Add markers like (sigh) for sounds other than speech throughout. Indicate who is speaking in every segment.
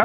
Speaker 1: อั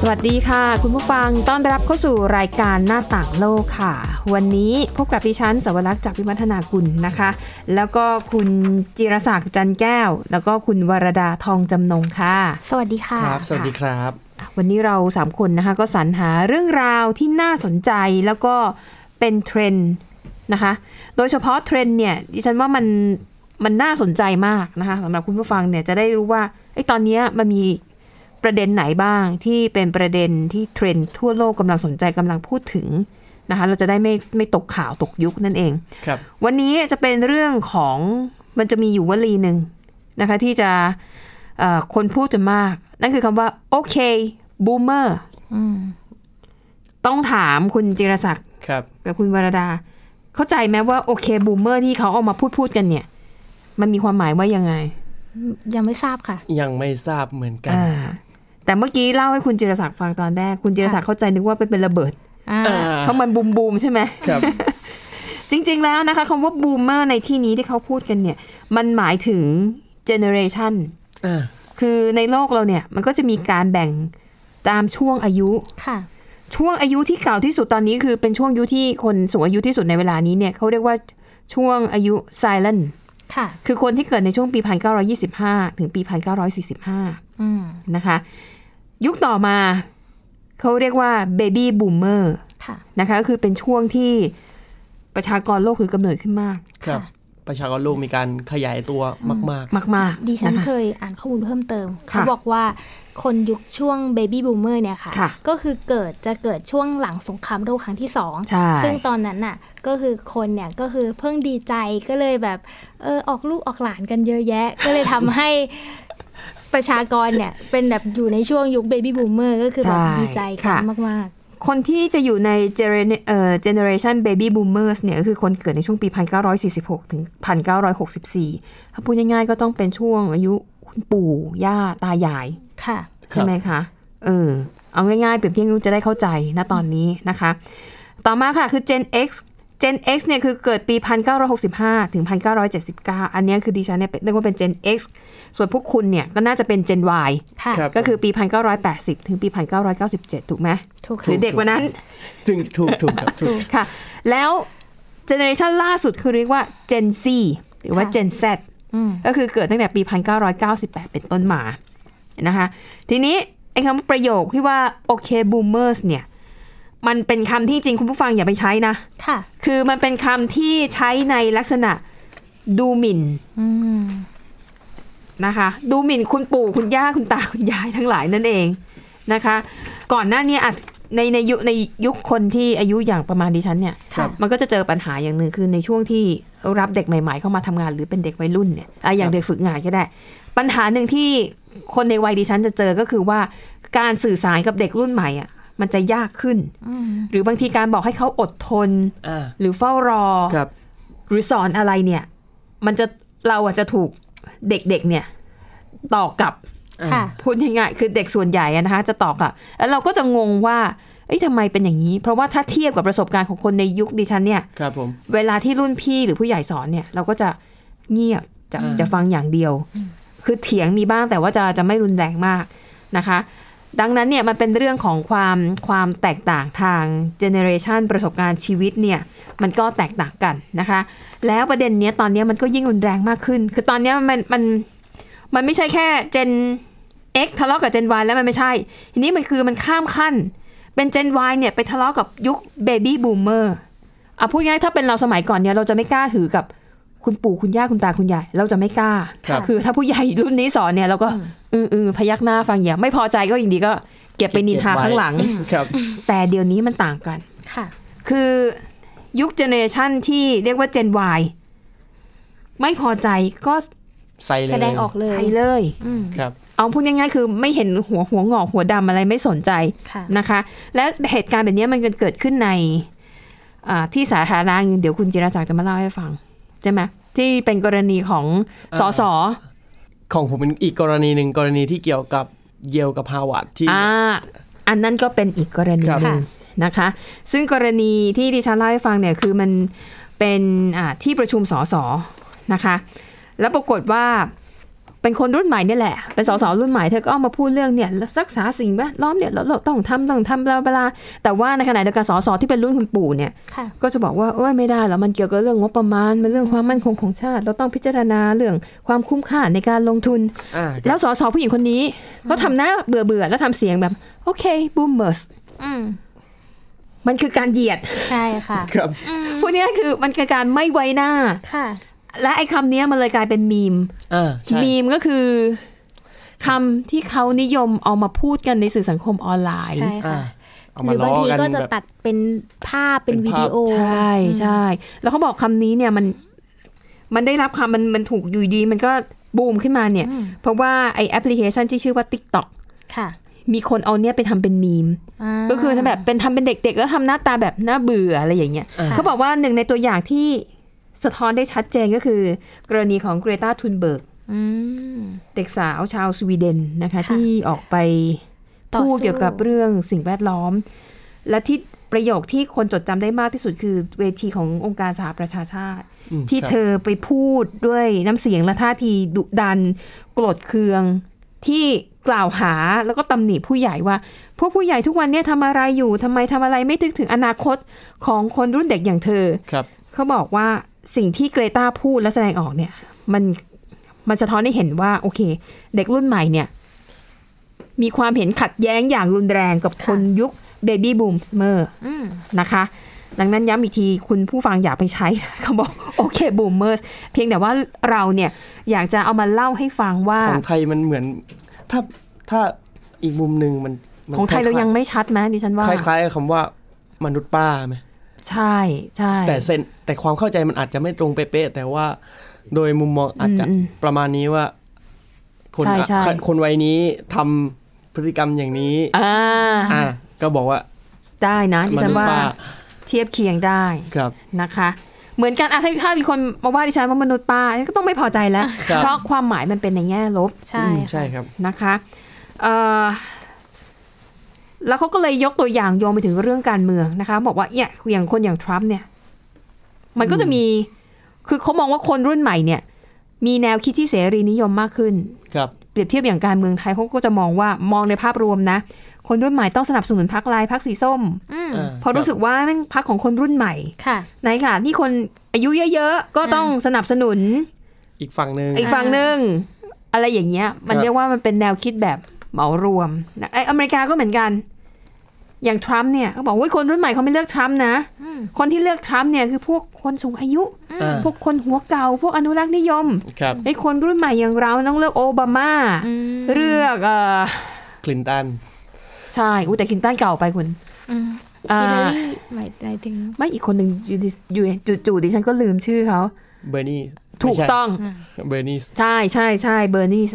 Speaker 2: สวัสดีค่ะ คุณผู้ฟังต้อนรับเข้าสู่รายการหน้าต่างโลกค่ะ วันนี้พบกับดิฉันสวรักษ์จากวิวัฒนากุลนะคะ แล้วก็คุณจิรศักดิ์จันแก้ว แล้วก็คุณวรดาทองจำนงค่ะ
Speaker 3: สวัสดีค่ะ
Speaker 4: ครับ สวัสดีครับ
Speaker 2: วันนี้เราสามคนนะคะก็สรรหาเรื่องราวที่น่าสนใจแล้วก็เป็นเทรนด์นะคะ โดยเฉพาะเทรนด์เนี่ยดิฉันว่ามันมันน่าสนใจมากนะคะสำหรับคุณผู้ฟังเนี่ยจะได้รู้ว่าไอ้ยตอนเนี้ยมันมีประเด็นไหนบ้างที่เป็นประเด็นที่เทรนด์ทั่วโลกกำลังสนใจกำลังพูดถึงนะคะเราจะได้ไม่ไม่ตกข่าวตกยุคนั่นเอง
Speaker 4: ครับ
Speaker 2: วันนี้จะเป็นเรื่องของมันจะมีอยู่วลีหนึ่งนะคะที่จะเอ่อคนพูดกันมาก นั่นคือคำว่า โอเคบูมเมอร์
Speaker 3: อืม
Speaker 2: ต้องถามคุณจิรศักดิ์
Speaker 4: ครับ
Speaker 2: กับคุณวรดา เข้าใจไหมว่าโอเคบูมเมอร์ที่เขาเอามาพูดพูดกันเนี่ย มันมีความหมายว่ายังไง
Speaker 3: ยังไม่ทราบค่ะ
Speaker 4: ยังไม่ทราบเหมือนกัน
Speaker 2: อ่าแต่เมื่อกี้เล่าให้คุณจิรศักดิ์ฟังตอนแรก คุณจิรศักดิ์เข้าใจนึกว่าเป็นเป็นระเบิด
Speaker 3: อ่า
Speaker 4: อ่า
Speaker 2: เพราะมันบูมบูมๆใช่ไหม
Speaker 4: ครับ
Speaker 2: จริง ๆ แล้วนะคะคำว่าบูมเมอร์ในที่นี้ที่เขาพูดกันเนี่ย มันหมายถึงเจเนอเรชัน
Speaker 4: อ่า
Speaker 2: คือในโลกเราเนี่ยมันก็จะมีการแบ่งตามช่วงอายุ
Speaker 3: ค่ะ
Speaker 2: ช่วงอายุที่เก่าที่สุดตอนนี้คือเป็นช่วงอายุที่คนสูงอายุที่สุดในเวลานี้เนี่ยเขาเรียกว่าช่วงอายุ silent
Speaker 3: ค่ะ
Speaker 2: คือคนที่เกิดในช่วงปี 1925 ถึงปี 1945
Speaker 3: อืม
Speaker 2: นะคะ ยุคต่อมาเขาเรียกว่า baby boomer
Speaker 3: ค่ะ
Speaker 2: นะคะก็คือเป็นช่วงที่ประชากรโลกถือกำเนิดขึ้นมาก
Speaker 4: ครับ ประชากรโลกมีการขยายตัวมาก
Speaker 2: มากๆ
Speaker 3: ดิฉัน
Speaker 2: นะคะ
Speaker 3: เคยอ่านข้อมูลเพิ่มเติม
Speaker 2: ค่ะ
Speaker 3: เขาบอกว่าคนยุคช่วงเบบี้บูมเมอร์เนี่ยค่ะ
Speaker 2: ค่ะ
Speaker 3: ก็คือเกิดจะเกิดช่วงหลังสงครามโลกครั้งที่สอง
Speaker 2: ใช่
Speaker 3: ซึ่งตอนนั้นน่ะ ก็คือคนเนี่ยก็คือเพิ่งดีใจก็เลยแบบ เออออกลูกออกหลานกันเยอะ
Speaker 2: (laughs)
Speaker 3: แยะ ก็เลยทำให้ประชากรเนี่ย เป็นแบบอยู่ในช่วงยุคเบบี้บูมเมอร์ก็คือแบบ
Speaker 2: ใช่
Speaker 3: ดีใจกัน
Speaker 2: ค่ะ
Speaker 3: มาก
Speaker 2: คนที่จะอยู่ในเจเนอเรชันเบบี้บูมเมอร์สเนี่ยก็คือคนเกิดในช่วงปี 1946 ถึง 1964 ถ้าพูดง่ายๆก็ต้องเป็นช่วงอายุคุณปู่ ย่า ตายาย
Speaker 3: ๆ ค่ะ
Speaker 2: ใช่ไหมคะ เออ เอาง่ายๆ เปรียบเทียบจะได้เข้าใจนะตอนนี้นะคะ ต่อมาค่ะคือ Gen X Gen X เนี่ยคือเกิดปี 1965 ถึง 1979 อันเนี้ยคือดิฉันเนี่ยเรียกว่าเป็น Gen X ส่วนพวกคุณเนี่ยก็น่าจะเป็น Gen Y
Speaker 3: ค่ะ
Speaker 4: ครับ
Speaker 2: ก็คือปี 1980 ถึงปี 1997 ถูกไหม
Speaker 3: ถูก
Speaker 2: หรือ
Speaker 3: ค่ะ
Speaker 2: เด็กกว่านั้น
Speaker 4: ๆถึงถูกถูกครับถูก
Speaker 2: ค่ะ แล้วเจเนอเรชันล่าสุดคือเรียกว่า Gen Z หรือว่า
Speaker 3: ค่ะ
Speaker 2: Gen Z
Speaker 3: อืม
Speaker 2: ก็คือเกิดตั้งแต่ปี 1998 เป็นต้นมานะคะ ทีนี้ไอ้คำว่าประโยคที่ว่าโอเคบูมเมอร์สเนี่ย มันเป็นคำที่จริงคุณผู้ฟังอย่าไปใช้นะ
Speaker 3: ค่ะ
Speaker 2: คือมันเป็นคำที่ใช้ในลักษณะดูหมิ่น
Speaker 3: อืม
Speaker 2: นะคะ ดูหมิ่นคุณปู่คุณย่าคุณตาคุณยายทั้งหลายนั่นเองนะคะ ก่อนหน้านี้อะในในยุคในยุคคนที่อายุอย่างประมาณดิฉันเนี่ย
Speaker 4: ครั
Speaker 3: ค่ะ
Speaker 4: บ
Speaker 2: มันก็จะเจอปัญหาอย่างหนึ่งคือในช่วงที่รับเด็กใหม่ๆเข้ามาทำงานหรือเป็นเด็กวัยรุ่นเนี่ยอ่ะอย่าง
Speaker 4: ครับ
Speaker 2: เด็กฝึกงานก็ได้ ปัญหาหนึ่งที่คนในวัยดิฉันจะเจอก็คือว่าการสื่อสารกับเด็กรุ่นใหม่อ่ะมันจะยากขึ้น
Speaker 3: อืม
Speaker 2: หรือบางทีการบอกให้เขาอดทน
Speaker 4: อ่า
Speaker 2: หรือเฝ้ารอ
Speaker 4: ครับ
Speaker 2: หรือสอนอะไรเนี่ย มันจะเราอ่ะจะถูกเด็กๆเนี่ยตอกกลับ
Speaker 3: ค่ะ
Speaker 2: พูดง่ายๆคือเด็กส่วนใหญ่อะนะคะจะตอบอะแล้วเราก็จะงงว่าเอ้ยทำไมเป็นอย่างนี้ เพราะว่าถ้าเทียบกับประสบการณ์ของคนในยุคดิฉันเนี่ย
Speaker 4: ครับผม
Speaker 2: เวลาที่รุ่นพี่หรือผู้ใหญ่สอนเนี่ยเราก็จะเงียบจะ
Speaker 4: อ่า
Speaker 2: จะฟังอย่างเดียว คือเถียงมีบ้างแต่ว่าจะจะไม่รุนแรงมากนะคะ ดังนั้นเนี่ยมันเป็นเรื่องของความความแตกต่างทางเจเนอเรชันประสบการณ์ชีวิตเนี่ยมันก็แตกต่างกันนะคะ แล้วประเด็นเนี้ยตอนเนี้ยมันก็ยิ่งรุนแรงมากขึ้น คือตอนเนี้ยมันมันมันไม่ใช่แค่เจน X ทะเลาะกับเจน Y แล้วมันไม่ใช่ ทีนี้มันคือมันข้ามขั้น เป็นเจน Y เนี่ยไปทะเลาะกับยุคเบบี้บูมเมอร์ อ่ะพูดง่ายๆถ้าเป็นเราสมัยก่อนเนี่ยเราจะไม่กล้าถือกับคุณปู่คุณย่าคุณตาคุณยายเราจะไม่กล้า
Speaker 4: ครับ
Speaker 2: อถ้าผู้ใหญ่รุ่นนี้สอนเนี่ยเราก็อืออือพยักหน้าฟังอย่างไม่พอใจก็อย่างดีก็เก็บไปนินทา
Speaker 4: เก็บไว้
Speaker 2: ข้างหลัง
Speaker 4: ครับ
Speaker 2: แต่เดี๋ยวนี้มันต่างกัน
Speaker 3: ค่ะ
Speaker 2: คือยุคเจเนอเรชันที่เรียกว่าเจน Y ไม่พอใจก็
Speaker 4: ใส่เลย
Speaker 3: แสดงออกเลย
Speaker 2: ใส่เลย
Speaker 3: อืม
Speaker 4: ครับ
Speaker 2: เอาพูดง่ายๆคือไม่เห็นหัวหัวงอกหัวดำอะไรไม่สนใจ
Speaker 3: ค่ะ
Speaker 2: นะคะ และเหตุการณ์แบบนี้มันเกิดขึ้นในอ่าที่สาธารณะเดี๋ยวคุณจิรศักดิ์จะมาเล่าให้ฟัง ใช่ไหมที่เป็นกรณีของสอสอ
Speaker 4: ของผมเป็นอีกกรณีหนึ่งกรณีที่เกี่ยวกับ เยลกับฮาวาดที่
Speaker 2: อ่าอันนั้นก็เป็นอีกกรณี
Speaker 4: ครับ
Speaker 2: หนึ่งนะคะ ซึ่งกรณีที่ดิฉันเล่าให้ฟังเนี่ยคือมันเป็นอ่าที่ประชุมสสนะคะ แล้วปรากฏว่าเป็นคนรุ่นใหม่เนี่ยแหละ เป็นสสรุ่นใหม่เธอก็เอามาพูดเรื่องเนี่ยรักษาสิ่งแวดล้อมเนี่ยเราเราต้องทำต้องทำบลาบลาแต่ว่าในขณะเดียวกันสสที่เป็นรุ่นคุณปู่เนี่ย
Speaker 3: ค่ะ
Speaker 2: ก็จะบอกว่าเอ้ยไม่ได้แล้วมันเกี่ยวกับเรื่องงบประมาณมันเรื่องความมั่นคงของชาติ เราต้องพิจารณาเรื่องความคุ้มค่าในการลงทุน
Speaker 4: อ่า
Speaker 2: แล้วสสผู้หญิงคนนี้เขาทำหน้าเบื่อเบื่อๆแล้วทำเสียงแบบ โอเคบูมเมอร์ส
Speaker 3: อืม
Speaker 2: มันคือการเหยียด
Speaker 3: ใช่ค่ะ
Speaker 4: ครับ
Speaker 2: พูดง่ายๆคือมันคือการไม่ไว้หน้า
Speaker 3: ค่ะ
Speaker 2: และไอ้คำเนี้ยมันเลยกลายเป็นมีม
Speaker 4: อ่าใช่
Speaker 2: มีมก็คือคำที่เขานิยมเอามาพูดกันในสื่อสังคมออนไลน์
Speaker 3: ใช่
Speaker 4: อ่า
Speaker 3: ค่ะ
Speaker 4: เอา
Speaker 3: ห
Speaker 4: มา
Speaker 3: รือบา
Speaker 4: ล้
Speaker 3: ง
Speaker 4: อ
Speaker 3: ที
Speaker 4: กัน
Speaker 3: ก็จะ
Speaker 4: แบบ
Speaker 3: ตัดเป็นภาพเป็น
Speaker 4: เป็น
Speaker 3: วิ
Speaker 4: ภาพ
Speaker 3: ดีโอ
Speaker 2: ใช่ใช่แล้วเขาบอกคำนี้เนี่ยมันมันได้รับคำมันมันถูกอยู่ดี มันก็บูมขึ้นมาเนี่ย
Speaker 3: อืม
Speaker 2: เพราะว่าไอแอปพลิเคชันที่ชื่อว่า TikTok
Speaker 3: ค่ะ
Speaker 2: มีคนเอาเนี่ยไปทำเป็นมีม
Speaker 3: า
Speaker 2: ก็คือทำแบบเป็นทำเป็นเด็กๆ แล้วทำหน้าตาแบบน่าเบื่ออะไรอย่างเงี้ย
Speaker 4: อ่า
Speaker 2: เขาบอกว่าหนึ่งในตัวอย่างที่สะท้อนได้ชัดเจนก็คือ กรณีของเกรตาทุนเบิร์ก
Speaker 3: อืม
Speaker 2: เด็กสาวชาวสวีเดนนะคะ
Speaker 3: ค่ะ
Speaker 2: ที่ออกไป
Speaker 3: ต่อ
Speaker 2: พูด
Speaker 3: สู้
Speaker 2: เกี่ยวกับเรื่องสิ่งแวดล้อม และที่ประโยคที่คนจดจำได้มากที่สุดคือเวทีขององค์การสหประชาชาติ
Speaker 4: อืม
Speaker 2: ที่
Speaker 4: ครับ
Speaker 2: เธอไปพูดด้วยน้ำเสียงและท่าทีดุดันโกรธเคือง ที่กล่าวหาแล้วก็ตำหนิผู้ใหญ่ว่า พวกผู้ใหญ่ทุกวันเนี่ยทำอะไรอยู่ทำไมทำอะไรไม่ถึงถึงอนาคตของคนรุ่นเด็กอย่างเธอ
Speaker 4: ครับ
Speaker 2: เขาบอกว่าสิ่งที่เกรตาพูดและแสดงออกเนี่ย มันมันสะท้อนให้เห็นว่า โอเค เด็กรุ่นใหม่เนี่ย มีความเห็นขัดแย้งอย่างรุนแรงกับคนยุคเบบี้บูมเมอร์
Speaker 3: อืม
Speaker 2: นะคะดังนั้นย้ำอีกทีคุณผู้ฟังอย่าไปใช้ (laughs) นะเขาบอกโอเคบูมเมอร์สเพียงแต่ว่าเราเนี่ยอยากจะเอามาเล่าให้ฟังว่า
Speaker 4: ของไทยมันเหมือน ถ้าถ้าอีกมุมหนึ่งมันมัน
Speaker 2: ของไทยเรายังไม่ชัดไหมดิฉันว่า
Speaker 4: คล้ายๆคล้ายๆคำว่ามนุษย์ป้าไหม
Speaker 2: ใช่ใช่
Speaker 4: แต่เซนแต่ความเข้าใจมันอาจจะไม่ตรงเป๊ะๆแต่ว่าโดยมุมมองอาจจะ
Speaker 2: มม
Speaker 4: ประมาณนี้ว่า คน
Speaker 2: ใช่ใช่
Speaker 4: คนวัยนี้ทำพฤติกรรมอย่างนี้
Speaker 2: อ่า
Speaker 4: อ่าก็บอกว่า
Speaker 2: ได้นะดิ
Speaker 4: ม
Speaker 2: ฉัน
Speaker 4: นุษย์
Speaker 2: ว่า
Speaker 4: ป้า
Speaker 2: เทียบเคียงได้
Speaker 4: ครับ
Speaker 2: นะคะ เหมือนกันอ่ะถ้าถ้ามีคนมาว่าดิฉันว่ามนุษย์ป้าก็ต้องไม่พอใจแล้ว
Speaker 4: ครับ
Speaker 2: เพราะความหมายมันเป็นในแง่ลบ
Speaker 3: ใช่
Speaker 4: อืม
Speaker 3: ค่ะ
Speaker 4: ใช่ครับ
Speaker 2: นะคะเอ่อแล้วเขาก็เลยยกตัวอย่างโยงไปถึงเรื่องการเมืองนะคะ บอกว่าเนี่ยอย่างคนอย่างทรัมป์เนี่ย มันก็จะมี คือเขามองว่าคนรุ่นใหม่เนี่ย มีแนวคิดที่เสรีนิยมมากขึ้น
Speaker 4: ครับ
Speaker 2: เปรียบเทียบอย่างการเมืองไทยเขาก็จะมองว่ามองในภาพรวมนะ คนรุ่นใหม่ต้องสนับสนุนพรรคลายพรรคสีส้ม
Speaker 3: อืม
Speaker 4: อ่า
Speaker 2: เพราะรู้สึกว่าแม่งพรรคของคนรุ่นใหม่
Speaker 3: ค่ะ
Speaker 2: ในขณะที่คนอายุเยอะๆก็ต้องสนับสนุน
Speaker 4: อีกฝั่งหนึ่ง
Speaker 2: อีกฝั่งหนึ่งอะไรอย่างเงี้ย มัน
Speaker 4: ครับ
Speaker 2: เรียกว่ามันเป็นแนวคิดแบบเหมารวมนะไออเมริกาก็เหมือนกัน อย่างทรัมป์เนี่ยเขาบอกว่าคนรุ่นใหม่เขาไม่เลือกทรัมป์นะ
Speaker 3: อืม
Speaker 2: คนที่เลือกทรัมป์เนี่ยคือพวกคนสูงอายุ
Speaker 4: อ่า
Speaker 2: พวกคนหัวเก่า พวกอนุรักษ์นิยม
Speaker 4: ครับ
Speaker 2: ไอคนรุ่นใหม่อย่างเราต้องเลือกโอบามา
Speaker 3: อืม
Speaker 2: เลือกเออ
Speaker 4: คลินตัน
Speaker 2: ใช่อุยแต่คลินตันเก่าไปคุณ
Speaker 3: อืม
Speaker 2: อ่า
Speaker 3: ฮิลลารีหมายหมายถึง
Speaker 2: ไม่อีกคนหนึ่งอยู่ดิอยู่จู่ๆดิฉันก็ลืมชื่อเขา
Speaker 4: เบอร์นี
Speaker 2: ถูกต้อง
Speaker 4: เบอร์นี
Speaker 2: ใช่ใช่ใช่เบอร์นีส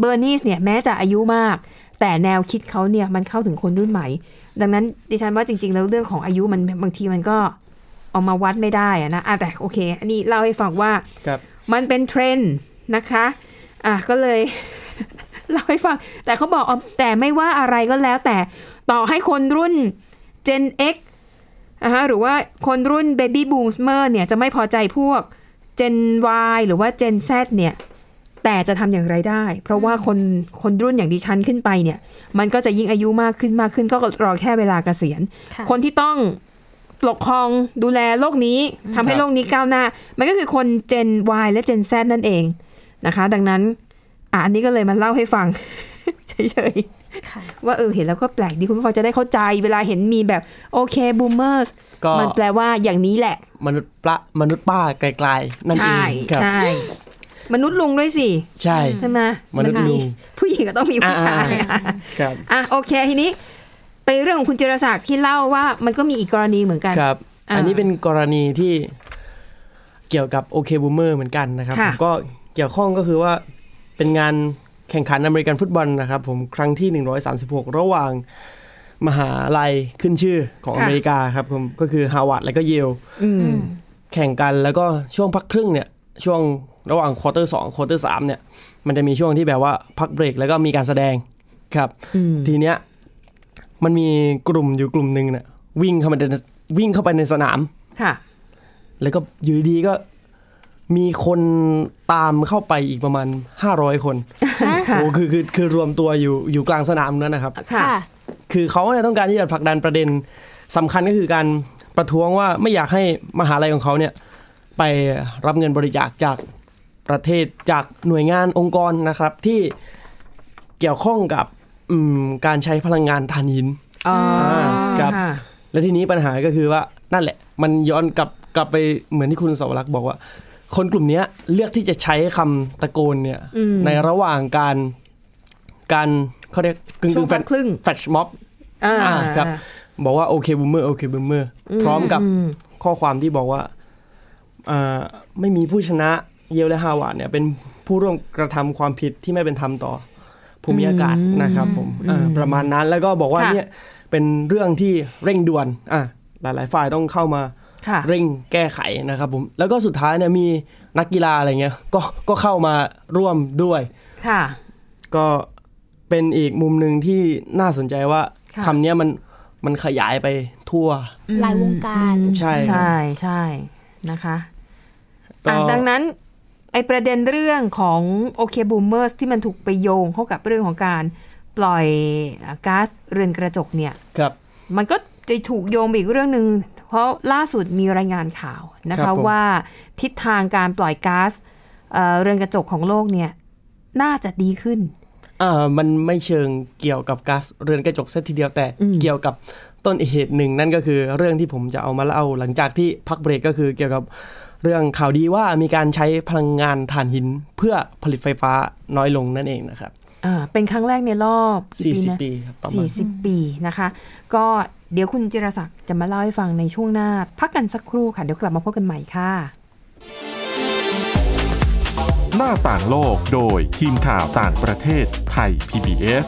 Speaker 2: เบอร์นีสเนี่ยแม้จะอายุมาก แต่แนวคิดเขาเนี่ยมันเข้าถึงคนรุ่นใหม่ ดังนั้นดิฉันว่าจริง ๆ แล้วเรื่องของอายุมันบางทีมันก็เอามาวัดไม่ได้อะนะอ่ะแต่โอเค อันนี้เล่าให้ฟังว่า
Speaker 4: ครับ
Speaker 2: มันเป็นเทรนด์นะคะอ่ะก็เลย (laughs) เล่าให้ฟัง แต่เขาบอกอ๋อแต่ไม่ว่าอะไรก็แล้วแต่ต่อให้คนรุ่น Gen X นะคะหรือว่าคนรุ่น Baby Boomer เนี่ยจะไม่พอใจพวก Gen Y หรือว่า Gen Z เนี่ย แต่จะทำอย่างไรได้ เพราะว่าคนคนรุ่นอย่างดิฉันขึ้นไปเนี่ย มันก็จะยิ่งอายุมากขึ้นมากขึ้นก็รอแค่เวลาเกษียณ
Speaker 3: ค่ะ
Speaker 2: คนที่ต้องปกครองดูแลโลกนี้ทำให้
Speaker 4: ครับ
Speaker 2: โลกนี้ก้าวหน้า มันก็คือคน Gen Y และ Gen Z นั่นเองนะคะ ดังนั้นอ่ะอันนี้ก็เลยมาเล่าให้ฟัง (laughs) เฉยๆ
Speaker 3: ค่ะ
Speaker 2: ว่าเออเห็นแล้วก็แปลกดีคุณผู้ฟังจะได้เข้าใจเวลาเห็นมีแบบโอเคบูมเมอร์ส
Speaker 4: ก็
Speaker 2: มันแปลว่าอย่างนี้แหละ
Speaker 4: มนุษย์ป้ามนุษย์ป้าไกลๆ นั่นเอ
Speaker 2: ใช่
Speaker 4: งครับ
Speaker 2: ใช่ มนุษย์ลุงด้วยสิ
Speaker 4: ใช่
Speaker 2: ใช่ไหม
Speaker 4: มนุษย์ลุง
Speaker 2: ผู้หญิงก็ต้องมีผู้ชายอ่ะ
Speaker 4: ครับ
Speaker 2: อ่ะโอเคทีนี้ ไปเรื่องของคุณจิรศักดิ์ที่เล่าว่ามันก็มีอีกกรณีเหมือนกัน
Speaker 4: ครับ
Speaker 2: อ่า
Speaker 4: อันนี้เป็นกรณีที่เกี่ยวกับโอเคบูมเมอร์เหมือนกันนะครับ
Speaker 2: ค่ะ
Speaker 4: ผมก็เกี่ยวข้องก็คือว่าเป็นงานแข่งขันอเมริกันฟุตบอลนะครับผมครั้งที่ 136 ระหว่างมหาลัยขึ้นชื่อของอเมริกาครับผมก็คือฮาวาดและก็เยล
Speaker 2: อืม
Speaker 4: แข่งกันแล้วก็ช่วงพักครึ่งเนี่ยช่วง ระหว่างควอเตอร์สองควอเตอร์สามเนี่ยมันจะมีช่วงที่แบบว่าพักเบรกแล้วก็มีการแสดงครับ
Speaker 2: อืม
Speaker 4: ทีเนี้ยมันมีกลุ่มอยู่กลุ่มหนึ่งเนี่ยวิ่งเข้ามาในวิ่งเข้าไปในสนาม
Speaker 2: ค่ะ
Speaker 4: แล้วก็อยู่ดีๆก็มีคนตามเข้าไปอีกประมาณ 500 คน
Speaker 2: ค่ะ
Speaker 4: โอ้คือคือคือรวมตัวอยู่อยู่กลางสนามนั้นนะครับ
Speaker 2: ค่ะ
Speaker 4: คือเขาเนี่ยต้องการที่จะผลักดันประเด็นสำคัญก็คือการประท้วงว่าไม่อยากให้มหาลัยของเขาเนี่ยไปรับเงินบริจาคจากประเทศจากหน่วยงานองค์กรนะครับที่เกี่ยวข้องกับอืมการใช้พลังงานถ่านหิน
Speaker 2: อ๋อ
Speaker 4: ครับ
Speaker 2: ะ
Speaker 4: และทีนี้ปัญหาก็คือว่านั่นแหละ มันย้อนกลับกลับไปเหมือนที่คุณสวรักษ์บอกว่า คนกลุ่มเนี้ยเลือกที่จะใช้คำตะโกนเนี่ยในระหว่างการการเขาเรียกกึ่ง
Speaker 2: ช่ว
Speaker 4: กึ่
Speaker 2: ง
Speaker 4: งแฟ
Speaker 2: พักครึ่ง
Speaker 4: ชม็อบ
Speaker 2: อ่า
Speaker 4: อ่าครับ บอกว่าโอเคบูมเมอร์โอเคบูมเมอร์พร้อมกับ
Speaker 2: ม
Speaker 4: ข้อความที่บอกว่าเอ่อไม่มีผู้ชนะเยลและฮาวาดเนี่ยเป็นผู้ร่วมกระทำความผิดที่ไม่เป็นธรรมต่อภูมิอากาศนะครับผมอ่าประมาณนั้นแล้วก็บอกว่าเนี่ยเป็นเรื่องที่เร่งด่วนอ่ะหลายๆ ฝ่ายต้องเข้ามา
Speaker 2: ค่ะ
Speaker 4: เร่งแก้ไขนะครับผมแล้วก็สุดท้ายเนี่ยมีนักกีฬาอะไรเงี้ยก็ก็เข้ามาร่วมด้วย
Speaker 2: ค่ะ
Speaker 4: ก็เป็นอีกมุมหนึ่งที่น่าสนใจว่า
Speaker 2: ค่ะ
Speaker 4: คำเนี้ยมันมันขยายไปทั่ว
Speaker 3: หลายวงการ
Speaker 4: ใช่
Speaker 2: ใช่ใช่นะคะอ่ะ
Speaker 4: ก็
Speaker 2: ดังนั้นไอประเด็นเรื่องของโอเคบูมเมอร์ที่มันถูกไปโยงเข้ากับเรื่องของการปล่อยอ่ะก๊าซเรือนกระจกเนี่ย
Speaker 4: ครับ
Speaker 2: มันก็จะถูกโยงไปอีกเรื่องหนึ่งเพราะล่าสุดมีรายงานข่าวนะ
Speaker 4: ครั
Speaker 2: คะ
Speaker 4: บผม
Speaker 2: ว่าทิศทางการปล่อยก๊าซเอ่อเรือนกระจกของโลกเนี่ยน่าจะดีขึ้น
Speaker 4: อ่ามันไม่เชิงเกี่ยวกับก๊าซเรือนกระจกซะทีเดียวแต่
Speaker 2: อืม
Speaker 4: เกี่ยวกับต้นเหตุหนึ่งนั่นก็คือเรื่องที่ผมจะเอามาเล่าหลังจากที่พักเบรกก็คือเกี่ยวกับเรื่องข่าวดีว่ามีการใช้พลังงานถ่านหินเพื่อผลิตไฟฟ้าน้อยลงนั่นเองนะครับ
Speaker 2: อ่าเป็นครั้งแรกในรอบกี่นะ
Speaker 4: 40 ปีครับประมาณ
Speaker 2: 40 ปีนะคะ ก็เดี๋ยวคุณจิรศักดิ์จะมาเล่าให้ฟังในช่วงหน้า พักกันสักครู่ค่ะ เดี๋ยวกลับมาพบกันใหม่ค่ะ
Speaker 1: หน้าต่างโลกโดยทีมข่าวต่างประเทศไทย PBS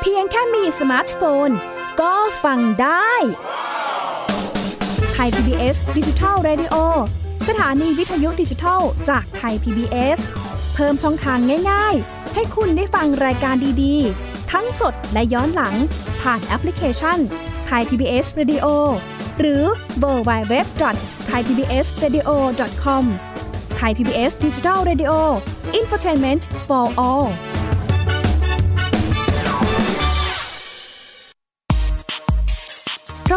Speaker 5: เพียงแค่มีสมาร์ทโฟน ก็ฟังได้ไทย PBS ดิจิทัล Radio สถานีวิทยุดิจิทัลจากไทย PBS เพิ่มช่องทางง่าย ๆ ให้คุณได้ฟังรายการดีๆ ทั้งสดและย้อนหลัง ผ่านแอปพลิเคชันไทย PBS Radio หรือเวอร์บายเว็บไทยพีบีเอสเรดิโอคอมไทยพีบีเอสดิจิทัลเรดิโออินฟอร์ทนเมนต์ for all เพรา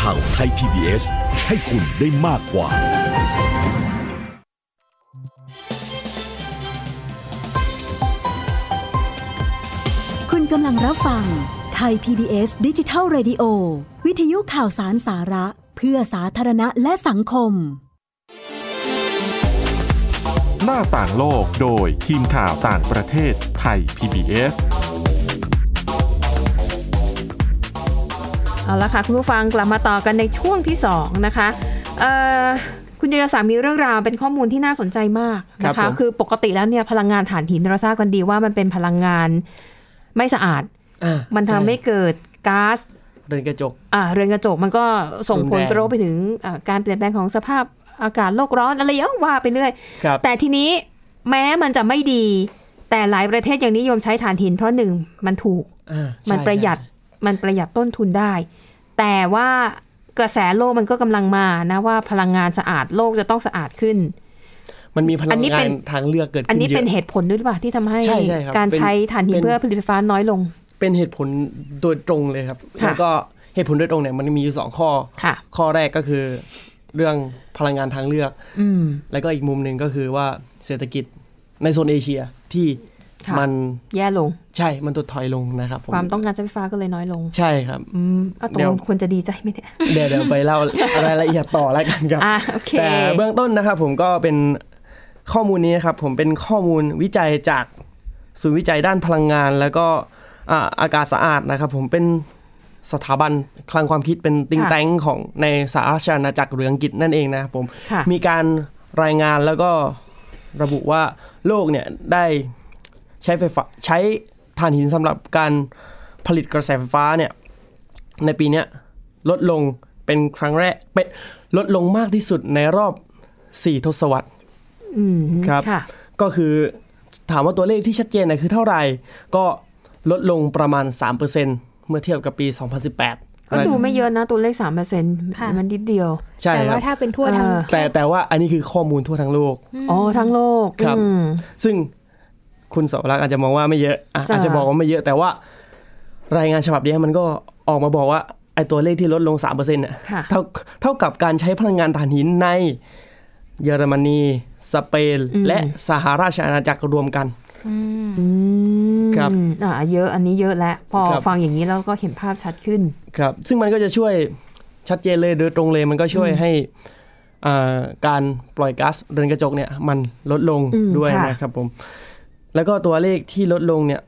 Speaker 6: ข่าวไทย PBS ให้คุณได้มากกว่า
Speaker 7: คุณกำลังรับฟังไทย PBS ดิจิทัล Radio วิทยุข่าวสารสาระ เพื่อสาธารณะและสังคม
Speaker 1: หน้าต่างโลกโดยทีมข่าวต่างประเทศไทย PBS
Speaker 2: เอาละค่ะคุณผู้ฟังกลับมาต่อกันในช่วงที่ 2 นะคะเอ่อคุณจิรศักดิ์มีเรื่องราวเป็นข้อมูลที่น่าสนใจมากนะ
Speaker 4: ค
Speaker 2: คะ
Speaker 4: รับผม
Speaker 2: คือปกติแล้วเนี่ยพลังงานถ่านหินเราทราบกันดีว่ามันเป็นพลังงานไม่สะอาด
Speaker 4: อ่า
Speaker 2: มันทำให้เกิดก๊าซ
Speaker 4: เรือนกระจก
Speaker 2: อ่าเรือนกระจกมันก็ส่งผลกระทบไปถึงอ่าการเปลี่ยนแปลงของสภาพอากาศโลกร้อนอะไรเยอะว่าไปเรื่อย
Speaker 4: ครับ
Speaker 2: แต่ทีนี้แม้มันจะไม่ดี แต่หลายประเทศยังนิยมใช้ถ่านหินเพราะหนึ่งมันถูก
Speaker 4: อ่าใช่
Speaker 2: มันประหยัดมันประหยัดต้นทุนได้ แต่ว่ากระแสโลกมันก็กำลังมานะว่าพลังงานสะอาดโลกจะต้องสะอาดขึ้น
Speaker 4: มันมีพลั
Speaker 2: อั
Speaker 4: ง
Speaker 2: นนี้
Speaker 4: งา
Speaker 2: เป็น น
Speaker 4: ทางเลือกเกิด
Speaker 2: อัน
Speaker 4: ขึ้น
Speaker 2: นี้
Speaker 4: เย
Speaker 2: เป็น
Speaker 4: อะ
Speaker 2: เหตุผลด้วยหรือเปล่าที่ทำให้
Speaker 4: ใช่ใช่ครับ
Speaker 2: การใช้ถ่านหิน
Speaker 4: เป็น
Speaker 2: เพื่อผลิตไฟฟ้าน้อยลง
Speaker 4: เป็นเหตุผลโดยตรงเลยครับ
Speaker 2: ค่ะ
Speaker 4: แล้วก็เหตุผลโดยตรงเนี่ยมันมีอยู่สองข้อ
Speaker 2: ค่ะ
Speaker 4: ข้อแรกก็คือเรื่องพลังงานทางเลือก
Speaker 2: อืม
Speaker 4: แล้วก็อีกมุมหนึ่งก็คือว่าเศรษฐกิจในโซนเอเชียที่
Speaker 2: ค่ะ
Speaker 4: มัน
Speaker 2: แย่ลง
Speaker 4: ใช่มันถดถอยลงนะครับผ
Speaker 2: ความต้องการใช้ไฟฟ้าก็เลยน้อยลง
Speaker 4: ใช่ครับ
Speaker 2: อืมเอาตกล
Speaker 4: เดี๋ยว
Speaker 2: งควรจะดีใจไหมเนี่ย
Speaker 4: เดี๋ยวเดี๋ยวไป
Speaker 2: (laughs)
Speaker 4: เล่ารายละเอียดต่อแล้วกันครับ
Speaker 2: อ่ะโอเค
Speaker 4: แต่เบื้องต้นนะครับผมก็เป็นข้อมูลนี้นะครับผมเป็นข้อมูลวิจัยจากศูนย์วิจัยด้านพลังงาน แล้วก็อ่าอากาศสะอาดนะครับผมเป็นสถาบันคลังความคิดเป็นติง
Speaker 2: ค่ะ
Speaker 4: แตงของในสหราชอาณาจักรหรืออังกฤษนั่นเองนะครับผม
Speaker 2: ค่ะ
Speaker 4: มีการรายงานแล้วก็ระบุว่าโลกเนี่ยได้ใช้ไฟฟ้าใช้ถ่านหินสำหรับการผลิตกระแสไฟฟ้าเนี่ยในปีเนี้ยลดลงเป็นครั้งแรกเป็นลดลงมากที่สุดในรอบ 4 ทศวรรษ
Speaker 2: อืม
Speaker 4: ครับ
Speaker 2: ค่ะ
Speaker 4: ก็คือถามว่าตัวเลขที่ชัดเจนนะคือเท่าไหร่ ก็ลดลงประมาณ 3%เมื่อเทียบกับปี 2018
Speaker 2: ก็ดูไม่เยอะนะตัวเลขสามเปอร์เซ็นต์
Speaker 3: ค่ะ
Speaker 2: มันนิดเดียว
Speaker 4: ใช่
Speaker 3: แต่
Speaker 4: ครับ
Speaker 3: ว่าถ้าเป็นทั่วทั้ง
Speaker 2: เออ
Speaker 4: แต่แต่ว่าอันนี้คือข้อมูลทั่วทั้งโลก
Speaker 2: อ๋อทั้งโลก
Speaker 4: ครับ
Speaker 2: อืม
Speaker 4: ซึ่งคุณสวรักษ์อาจจะมองว่าไม่เยอะอ่ะ
Speaker 2: ใช่
Speaker 4: อาจจะบอกว่าไม่เยอะแต่ว่า รายงานฉบับนี้มันก็ออกมาบอกว่าไอ้ตัวเลขที่ลดลง 3%เน่ะ
Speaker 2: ค่ะ
Speaker 4: เท่าเท่ากับการใช้พลังงานถ่านหินในเยอรมนี สเปน
Speaker 2: อืม
Speaker 4: และสหราชอาณาจักรรวมกัน
Speaker 2: อืม
Speaker 4: ครับ
Speaker 2: อ่าเยอะอันนี้เยอะแล้ว พอ
Speaker 4: ครับ
Speaker 2: ฟังอย่างนี้เราก็เห็นภาพชัดขึ้น
Speaker 4: ครับซึ่งมันก็จะช่วยชัดเจนเลยโดยตรงเลยมันก็ช่วยให้อ่าการปล่อยก๊าซเรือนกระจกเนี่ยมันลดลง
Speaker 2: อืม
Speaker 4: ด้วย
Speaker 2: ค่ะ
Speaker 4: นะครับผมแล้วก็ตัวเลขที่ลดลงเนี่ย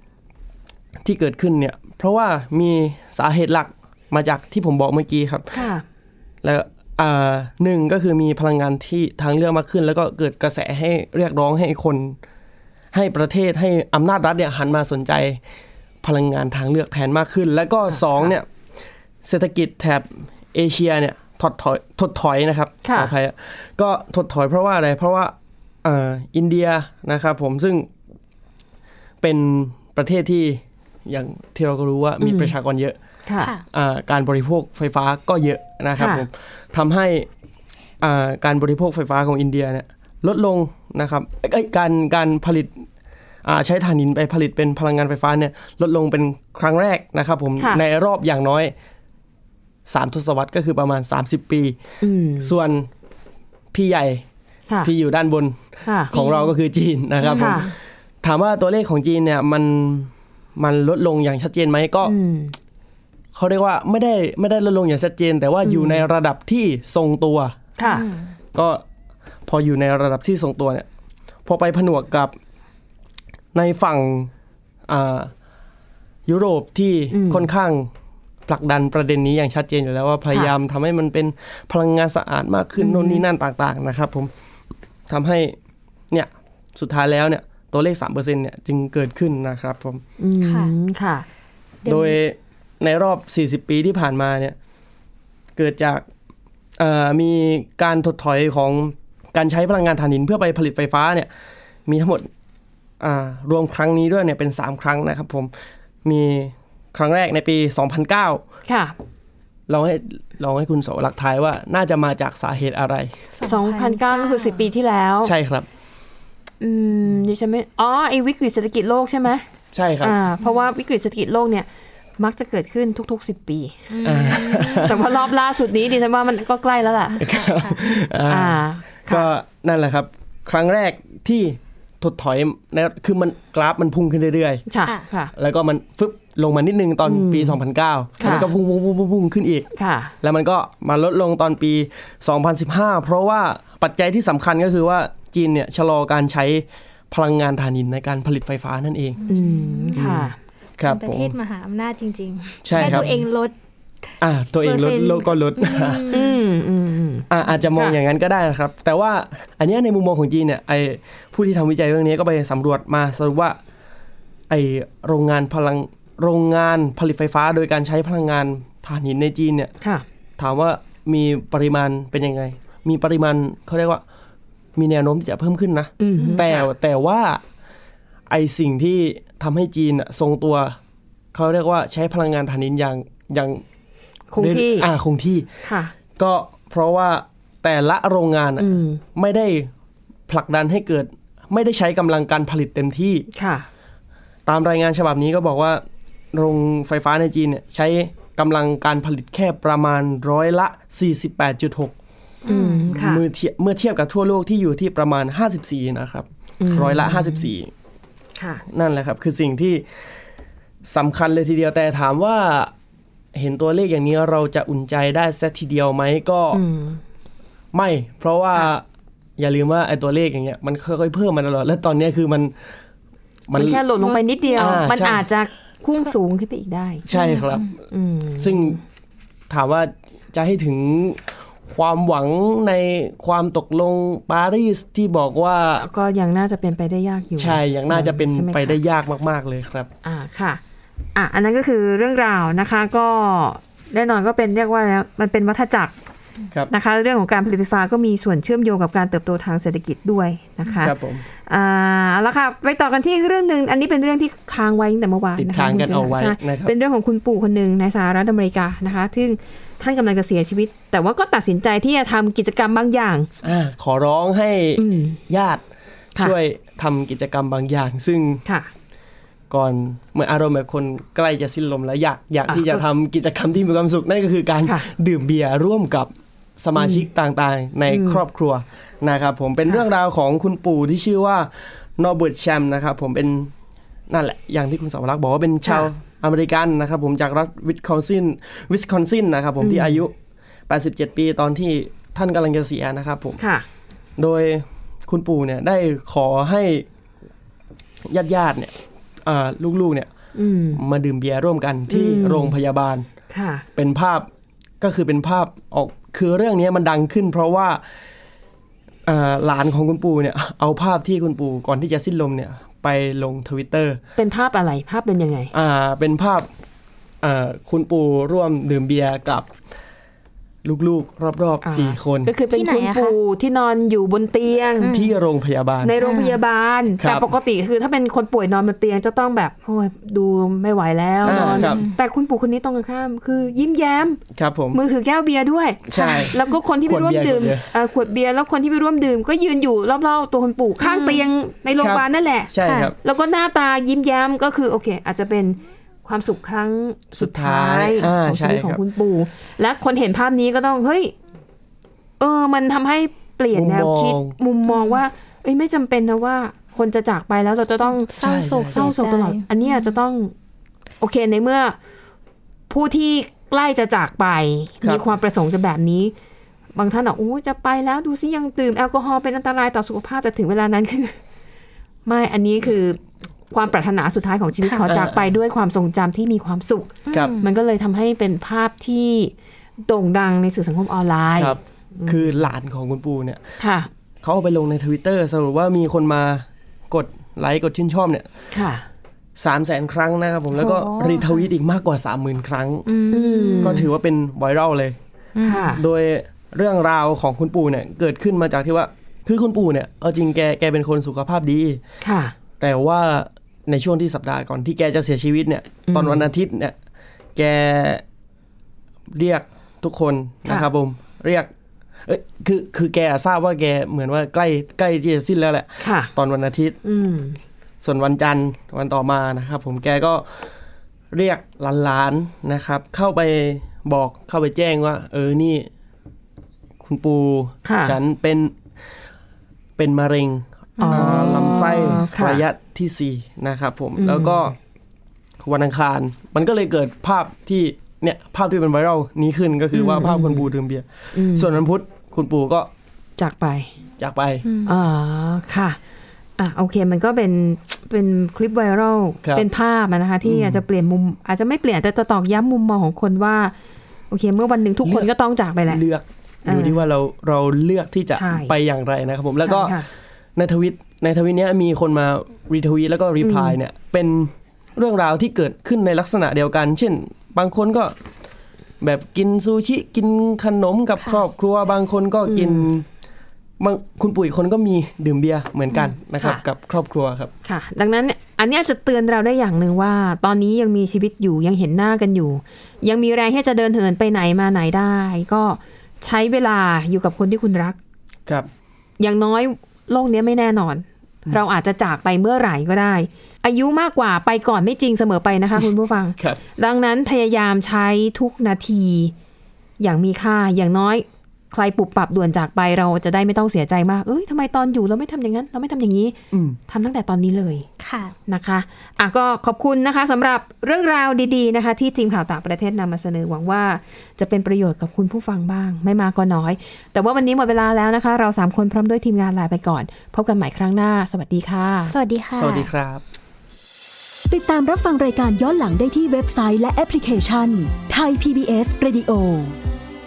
Speaker 4: ที่เกิดขึ้นเนี่ยเพราะว่ามีสาเหตุหลักมาจากที่ผมบอกเมื่อกี้ครับ
Speaker 2: ค่ะ
Speaker 4: แล้วอ่าหนึ่งก็คือมีพลังงานที่ทางเลือกมากขึ้น แล้วก็เกิดกระแสให้เรียกร้องให้คน ให้ประเทศให้อำนาจรัฐเนี่ยหันมาสนใจพลังงานทางเลือกแทนมากขึ้น แล้วก็สองเนี่ยเศรษฐกิจแถบเอเชียเนี่ยถดถอยถดถอยนะครับ
Speaker 2: ค่ะ
Speaker 4: ขออภัยอะก็ถดถอยเพราะว่าอะไรเพราะว่าเอ่ออินเดียนะครับผมซึ่งเป็นประเทศที่อย่างที่เราก็รู้ว่ามีประชากรเยอะ
Speaker 2: ค่ะ
Speaker 3: ค่ะ
Speaker 4: อ่าการบริโภคไฟฟ้าก็เยอะนะครับ
Speaker 2: ค่ะ
Speaker 4: ผมทำให้อ่าการบริโภคไฟฟ้าของอินเดียเนี่ยลดลงนะครับเอ้ยการการผลิตอ่าใช้ถ่านหินไปผลิตเป็นพลังงานไฟฟ้าเนี่ยลดลงเป็นครั้งแรกนะครับผม
Speaker 2: ค่ะ
Speaker 4: ในรอบอย่างน้อย 3 ทศวรรษก็คือประมาณ 30 ปี
Speaker 2: อืม
Speaker 4: ส่วนพี่ใหญ่
Speaker 2: ค่ะ
Speaker 4: ที่อยู่ด้านบน
Speaker 2: ค่ะ
Speaker 4: ของเราก็คือจีนนะครับผม
Speaker 2: ค่ะ
Speaker 4: ถามว่าตัวเลขของจีนเนี่ยมันมันลดลงอย่างชัดเจนไหมก็
Speaker 2: อืม
Speaker 4: เขาเรียกว่าไม่ได้ไม่ได้ลดลงอย่างชัดเจน แต่ว่าอยู่ในระดับที่ทรงตัว
Speaker 2: ค่ะ
Speaker 4: ก็พออยู่ในระดับที่ทรงตัวเนี่ยพอไปผนวกกับในฝั่งอ่ายุโรปที่
Speaker 2: อืม
Speaker 4: ค่อนข้างผลักดันประเด็นนี้อย่างชัดเจนอยู่แล้วว่าพยายามทำให้มันเป็นพลังงานสะอาดมากขึ้น
Speaker 2: อืม
Speaker 4: โน่นนี่นั่นต่าง ๆ นะครับ ผมทำให้เนี่ยสุดท้ายแล้วเนี่ยตัวเลข3%เนี่ยจึงเกิดขึ้นนะครับผม
Speaker 2: อืม
Speaker 3: ค่ะ
Speaker 2: ค่ะ
Speaker 3: เดี๋ยว
Speaker 4: โดยในรอบ 40 ปีที่ผ่านมาเนี่ยเกิดจากเอ่อมีการถดถอยของการใช้พลังงานถ่านหินเพื่อไปผลิตไฟฟ้าเนี่ยมีทั้งหมดอ่ารวมครั้งนี้ด้วยเนี่ยเป็น 3 ครั้งนะครับผมมีครั้งแรกในปี 2009
Speaker 2: ค่ะ
Speaker 4: เราให้ลองให้คุณโสหลักทายว่าน่าจะมาจากสาเหตุอะไร
Speaker 2: 2009ก็คือ 10 ปีที่แล้ว
Speaker 4: ใช่ครับ
Speaker 2: อืมดิฉันไม่อ๋อไอ้วิกฤตเศรษฐกิจโลกใช่ไหม
Speaker 4: ใช่ครับ
Speaker 2: อ่าเพราะว่าวิกฤตเศรษฐกิจโลกเนี่ย มักจะเกิดขึ้นทุก ๆ 10 ปี
Speaker 4: อ่า
Speaker 2: แต่ว่ารอบล่าสุดนี้ดิฉันว่ามันก็ใกล้แล้วล่ะอ่า
Speaker 4: ก็
Speaker 2: ค่ะ
Speaker 4: นั่นแหละครับ ครั้งแรกที่ถดถอยในคือมันกราฟมันพุ่งขึ้นเรื่อยๆ
Speaker 2: ค่ะ
Speaker 3: ค่ะ
Speaker 2: ค่ะ
Speaker 4: แล้วก็มันฟึบลงมานิดนึงตอนปี 2009แล้วมันก็พุ่งพุ่งพุ่งพุ่งพุ่งขึ้นอีก
Speaker 2: ค่ะ
Speaker 4: แล้วมันก็มาลดลงตอนปี 2015 เพราะว่าปัจจัยที่สำคัญก็คือว่าจีนเนี่ยชะลอการใช้พลังงานถ่านหินในการผลิตไฟฟ้านั่นเอง
Speaker 2: อืม ค่ะ
Speaker 4: ครับ
Speaker 3: เป็นป
Speaker 4: ผ
Speaker 3: ระ
Speaker 4: ม
Speaker 3: เทศมหาอำนาจจริงๆ
Speaker 4: ใช่
Speaker 3: แค่
Speaker 4: ครับ
Speaker 3: ตัวเองลด
Speaker 4: อ่าตัวเองล
Speaker 3: เปอ
Speaker 4: ด
Speaker 3: ร์เซ็นต์
Speaker 4: โลกก็ลด
Speaker 2: อืมอืมอืม
Speaker 4: อ่ะอาจจะมอง
Speaker 2: ค่ะ
Speaker 4: อย่างนั้นก็ได้นะครับ แต่ว่าอันเนี้ยในมุมมองของจีนเนี่ยไอผู้ที่ทำวิจัยเรื่องนี้ก็ไปสำรวจมาสรุปว่าไอโรงงานพลังโรงงานผลิตไฟฟ้า โดยการใช้พลังงานถ่านหินในจีนเนี่ย
Speaker 2: ค่ะ
Speaker 4: ถามว่ามีปริมาณเป็นยังไง มีปริมาณเขาเรียกว่า มีแนวโน้มที่จะเพิ่มขึ้นนะ
Speaker 2: อืม
Speaker 4: แต่แต่ว่า ไอสิ่งที่ทำให้จีนอะทรงตัว เขาเรียกว่าใช้พลังงานถ่านหินอย่างอย่าง
Speaker 2: คงที่
Speaker 4: อ่าคงที่
Speaker 2: ค่ะ
Speaker 4: ก็เพราะว่าแต่ละโรงงานอะ
Speaker 2: อืม
Speaker 4: ไม่ได้ผลักดันให้เกิด ไม่ได้ใช้กำลังการผลิตเต็มที่
Speaker 2: ค่ะ
Speaker 4: ตามรายงานฉบับนี้ก็บอกว่า โรงไฟฟ้าในจีนเนี่ยใช้กำลังการผลิตแค่ประมาณร้อยละ 48.6
Speaker 2: อืม ค่ะ
Speaker 4: เมื่อเทียบเมื่อเทียบกับทั่วโลกที่อยู่ที่ประมาณ 54 นะครับ ร้อยละ 54
Speaker 2: ค่ะ
Speaker 4: นั่นแหละครับ คือสิ่งที่สำคัญเลยทีเดียวแต่ถามว่าเห็นตัวเลขอย่างนี้เราจะอุ่นใจได้สักทีเดียวไหมก็ไม่ เพราะว่าอย่าลืมว่าไอ้ตัวเลขอย่างเงี้ยมันค่อยๆเพิ่มมาตลอดและตอนเนี้ยคือมัน
Speaker 2: มันแค่หล่นลงไปนิดเดียว
Speaker 4: อ่า
Speaker 2: มัน
Speaker 4: ใช่
Speaker 2: อาจจะพุ่งสูงขึ้นไปอีกได้
Speaker 4: ใช่ครับ
Speaker 2: อืม
Speaker 4: ซึ่งถามว่าจะให้ถึงความหวังในความตกลงปารีสที่บอกว่า
Speaker 2: ก็ยังน่าจะเป็นไปได้ยากอยู่
Speaker 4: ใช่อย่างน่าจะเป็น
Speaker 2: ใช่หมค
Speaker 4: ไปได้ยากมากๆเลยครับ
Speaker 2: อ่าค่ะอ่ะ อันนั้นก็คือเรื่องราวนะคะก็แน่นอนก็เป็นเรียกว่าแล้วมันเป็นวัฏจักร
Speaker 4: ครับ
Speaker 2: นะคะ เรื่องของการผลิตไฟฟ้าก็มีส่วนเชื่อมโยงกับการเติบโตทางเศรษฐกิจด้วยนะคะ
Speaker 4: ครับผม
Speaker 2: อ่าเอาละค่ะไปต่อกันที่อีกเรื่องหนึ่งอันนี้เป็นเรื่องที่ค้างไว้ตั้งแต่เมื่อวาน
Speaker 4: ติด
Speaker 2: นะคะ
Speaker 4: ค้างกัน
Speaker 2: คุณ
Speaker 4: เอาไว้
Speaker 2: ใช่
Speaker 4: นะครับ
Speaker 2: เป็นเรื่องของคุณปู่คนหนึ่งในสหรัฐอเมริกานะคะซึ่งท่านกำลังจะเสียชีวิต แต่ว่าก็ตัดสินใจที่จะทำกิจกรรมบางอย่าง
Speaker 4: อ่าขอร้องให้
Speaker 2: อืม
Speaker 4: ญาติ
Speaker 2: ค่ะ
Speaker 4: ช่วยทำกิจกรรมบางอย่าง ซึ่ง
Speaker 2: ค่ะ
Speaker 4: ก่อนเหมือนอารมณ์แบบคนใกล้จะสิ้นลมแล้วอยากอยาก
Speaker 2: อ่ะ
Speaker 4: ที่จะทำกิจกรรมที่มีความสุขนั่นก็คือการ
Speaker 2: ค่ะ
Speaker 4: ดื่มเบียร์ร่วมกับสมาชิกต่างๆ ในครอบครัวนะครับผมเป็น
Speaker 2: ค่ะ
Speaker 4: เรื่องราวของคุณปู่ที่ชื่อว่านอร์เบิร์ตแชมนะครับผมเป็นนั่นแหละ อย่างที่คุณสาวรักษ์บอกว่าเป็นชาวอเมริกันนะครับผมจากรัฐวิสคอนซินวิสคอนซินนะครับผมที่อายุ 87 ปีตอนที่ท่านกำลังจะเสียนะครับผม
Speaker 2: ค่ะ
Speaker 4: โดยคุณปู่เนี่ยได้ขอให้ญาติญาติๆเนี่ยอ่าลูกๆเนี่ย
Speaker 2: อืม
Speaker 4: มาดื่มเบียร์ร่วมกันที่
Speaker 2: อืม
Speaker 4: โรงพยาบาล
Speaker 2: ค่ะ
Speaker 4: เป็นภาพก็คือเป็นภาพออกคือเรื่องนี้มันดังขึ้น เพราะว่าอ่าหลานของคุณปู่เนี่ย เอาภาพที่คุณปู่ก่อนที่จะสิ้นลมเนี่ย ไปลงทวิตเตอร์
Speaker 2: เป็นภาพอะไรภาพเป็นยังไง
Speaker 4: อ่าเป็นภาพอ่าคุณปู่ร่วมดื่มเบียร์กับลูกๆรอบ
Speaker 2: อ่า
Speaker 4: ๆสี่คน
Speaker 2: ก็คือเป็น
Speaker 3: ที่ไหน
Speaker 2: คุณ
Speaker 3: อะคะ
Speaker 2: ปู่ที่นอนอยู่บนเตียง
Speaker 4: ที่โรงพยาบาล
Speaker 2: ในโรงพยาบาล
Speaker 4: ครับ
Speaker 2: แต่ปกติคือถ้าเป็นคนป่วยนอนบนเตียงจะต้องแบบโอ้ยดูไม่ไหวแล้ว
Speaker 4: อ่าน
Speaker 2: อน
Speaker 4: ครับ
Speaker 2: แต่คุณปู่คนนี้ตรงกันข้าม คือยิ้มแย้ม
Speaker 4: ครับผม
Speaker 2: มือถือแก้วเบียร์ด้วย
Speaker 4: ใช่
Speaker 2: แล้วก็คนที่ไปร่วม
Speaker 4: ขวดเบียร์
Speaker 2: ดื่ม
Speaker 4: ขวดเบียร์
Speaker 2: เอ่อขวดเบียร์แล้วคนที่ไปร่วมดื่ม ก็ยืนอยู่รอบๆตัวคุณปู่ข้างเตียงในโรงพยาบาล
Speaker 4: ครับ
Speaker 2: นั่นแหละ
Speaker 4: ใช่ครับ
Speaker 2: แล้วก็หน้าตายิ้มแย้มก็คือโอเค อาจจะเป็นความสุขครั้งสุดท้าย
Speaker 4: สุดท้ายอ่า
Speaker 2: ของชีวิต
Speaker 4: ใช่
Speaker 2: ขอ
Speaker 4: ครั
Speaker 2: ง
Speaker 4: บ
Speaker 2: คุณปู่ และคนเห็นภาพนี้ก็ต้องเฮ้ยเออ มันทำให้เปลี่ยน
Speaker 4: มุม
Speaker 2: แนวคิด
Speaker 4: มอง
Speaker 2: มุมมองว่าเอ้ยไม่จำเป็นนะว่า คนจะจากไปแล้วเราจะต้อง
Speaker 3: เศร้าโศก
Speaker 2: เศร้าโศกตลอด อันนี้อาจจะต้องโอเคในเมื่อ ผู้ที่ใกล้จะจากไป
Speaker 4: ครับ
Speaker 2: มีความประสงค์จะแบบนี้ บางท่านบอกโอ้ยจะไปแล้วดูซิยังดื่มแอลกอฮอล์เป็นอันตรายต่อสุขภาพแต่ถึงเวลานั้นคือ (laughs) ไม่อันนี้คือความปรารถนาสุดท้ายของชีวิตขอจากไปด้วยความทรงจำที่มีความสุข
Speaker 4: ครับ
Speaker 2: มันก็เลยทำให้เป็นภาพที่โด่งดังในสื่อสังคมออนไลน์
Speaker 4: ครับ คือหลานของคุณปูเนี่ย
Speaker 2: ค่ะ
Speaker 4: เขาเอาไปลงในทวิตเตอร์สรุปว่ามีคนมากดไลค์กดชื่นชอบเนี่ย
Speaker 2: ค่ะ
Speaker 4: สามแสนครั้งนะครับผมแล้วก็
Speaker 3: โอ้
Speaker 4: รีทวิตอีกมากกว่า 3 0,000 ครั้ง
Speaker 2: อืม
Speaker 4: ก็ถือว่าเป็นไวรัลเลย
Speaker 2: ค่ะ
Speaker 4: โดยเรื่องราวของคุณปู่เนี่ยเกิดขึ้นมาจากที่ว่า คือคุณปู่เนี่ยเอาจริงแกแกเป็นคนสุขภาพดี
Speaker 2: ค่ะ
Speaker 4: แต่ว่าในช่วงที่สัปดาห์ก่อนที่แกจะเสียชีวิตเนี่ย ตอนวันอาทิตย์เนี่ย แกเรียกทุกคน
Speaker 2: ค่ะ
Speaker 4: นะครับผม เรียก เอ้ยคือคือแกทราบว่าแกเหมือนว่าใกล้ใกล้ที่จะสิ้นแล้วแหละ
Speaker 2: ค่ะ
Speaker 4: ตอนวันอาทิตย์
Speaker 2: อืม
Speaker 4: ส่วนวันจันทร์วันต่อมานะครับ ผมแกก็เรียกหลานๆนะครับ เข้าไปบอกเข้าไปแจ้งว่า เออนี่ คุณปู
Speaker 2: ค่ะ
Speaker 4: ฉันเป็นเป็นมะเร็ง
Speaker 2: อ๋อ
Speaker 4: ลำไส้
Speaker 2: ค่ะ
Speaker 4: ระยะที่ 4 นะครับผม แล้วก็วันอังคาร มันก็เลยเกิดภาพที่เนี่ยภาพที่เป็นไวรัลนี้ขึ้นก็คือว่าภาพคุณปู่ดื่มเบียร์ส่วนวันพุธคุณปู่ก็
Speaker 2: จากไป
Speaker 4: จากไป
Speaker 2: อ๋อค่ะ อ่ะ โอเค มันก็เป็น เป็นคลิปไวรัล
Speaker 4: ครับ
Speaker 2: เป็นภาพอะนะคะ ที่อาจจะเปลี่ยนมุม อาจจะไม่เปลี่ยน แต่จะตอกย้ำมุมมองของคนว่า โอเค เมื่อวันหนึ่งทุกคน
Speaker 4: เลือก
Speaker 2: ก็ต้องจากไปแหละ
Speaker 4: เลือก
Speaker 2: เออ
Speaker 4: ดูที่ว่าเราเราเลือกที่จะ
Speaker 2: ใช่
Speaker 4: ไปอย่างไรนะครับผมแล้วก็
Speaker 2: ใช่ค่ะ
Speaker 4: ในทวิตในทวิตเนี้ยมีคนมารีทวีตแล้วก็รีพลายเนี่ยเป็นเรื่องราวที่เกิดขึ้นในลักษณะเดียวกัน เช่น บางคนก็แบบกินซูชิกินขนมกับครอบครัวบางคนก็กิน บางคุณปุ๋ยคนก็มีดื่มเบียร์เหมือนกันนะครับ
Speaker 2: ค่ะ
Speaker 4: กับครอบครัวครับ
Speaker 2: ค่ะ ดังนั้นเนี่ยอันเนี้ยจะเตือนเราได้อย่างหนึ่งว่า ตอนนี้ยังมีชีวิตอยู่ยังเห็นหน้ากันอยู่ ยังมีแรงที่จะเดินเหินไปไหนมาไหนได้ ก็ใช้เวลาอยู่กับคนที่คุณรัก
Speaker 4: ครับ
Speaker 2: อย่างน้อยโลกเนี้ยไม่แน่นอน เราอาจจะจากไปเมื่อไหร่ก็ได้ อายุมากกว่าไปก่อนไม่จริงเสมอไปนะคะ (laughs) คุณผู้ฟัง
Speaker 4: ครับ
Speaker 2: ดังนั้นพยายามใช้ทุกนาที อย่างมีค่าอย่างน้อย ใครปุบปรับด่วนจากไปเราจะได้ไม่ต้องเสียใจมากเอ้ยทำไมตอนอยู่เราไม่ทำอย่างนั้น เราไม่ทำอย่างนี้
Speaker 4: อืม
Speaker 2: ทำตั้งแต่ตอนนี้เลย
Speaker 3: ค่ะ
Speaker 2: นะคะอ่ะก็ขอบคุณนะคะสำหรับเรื่องราวดีๆนะคะ ที่ทีมข่าวต่างประเทศนำมาเสนอหวังว่าจะเป็นประโยชน์กับคุณผู้ฟังบ้าง ไม่มากก็น้อย แต่ว่าวันนี้หมดเวลาแล้วนะคะ เรา 3 คนพร้อมด้วยทีมงานลาไปก่อน พบกันใหม่ครั้งหน้า สวัสดีค่ะ
Speaker 3: สวัสดีค่ะ
Speaker 4: สวัสดีครับ
Speaker 5: ติดตามรับฟังรายการย้อนหลังได้ที่เว็บไซต์และแอปพลิเคชันไทย PBS Radio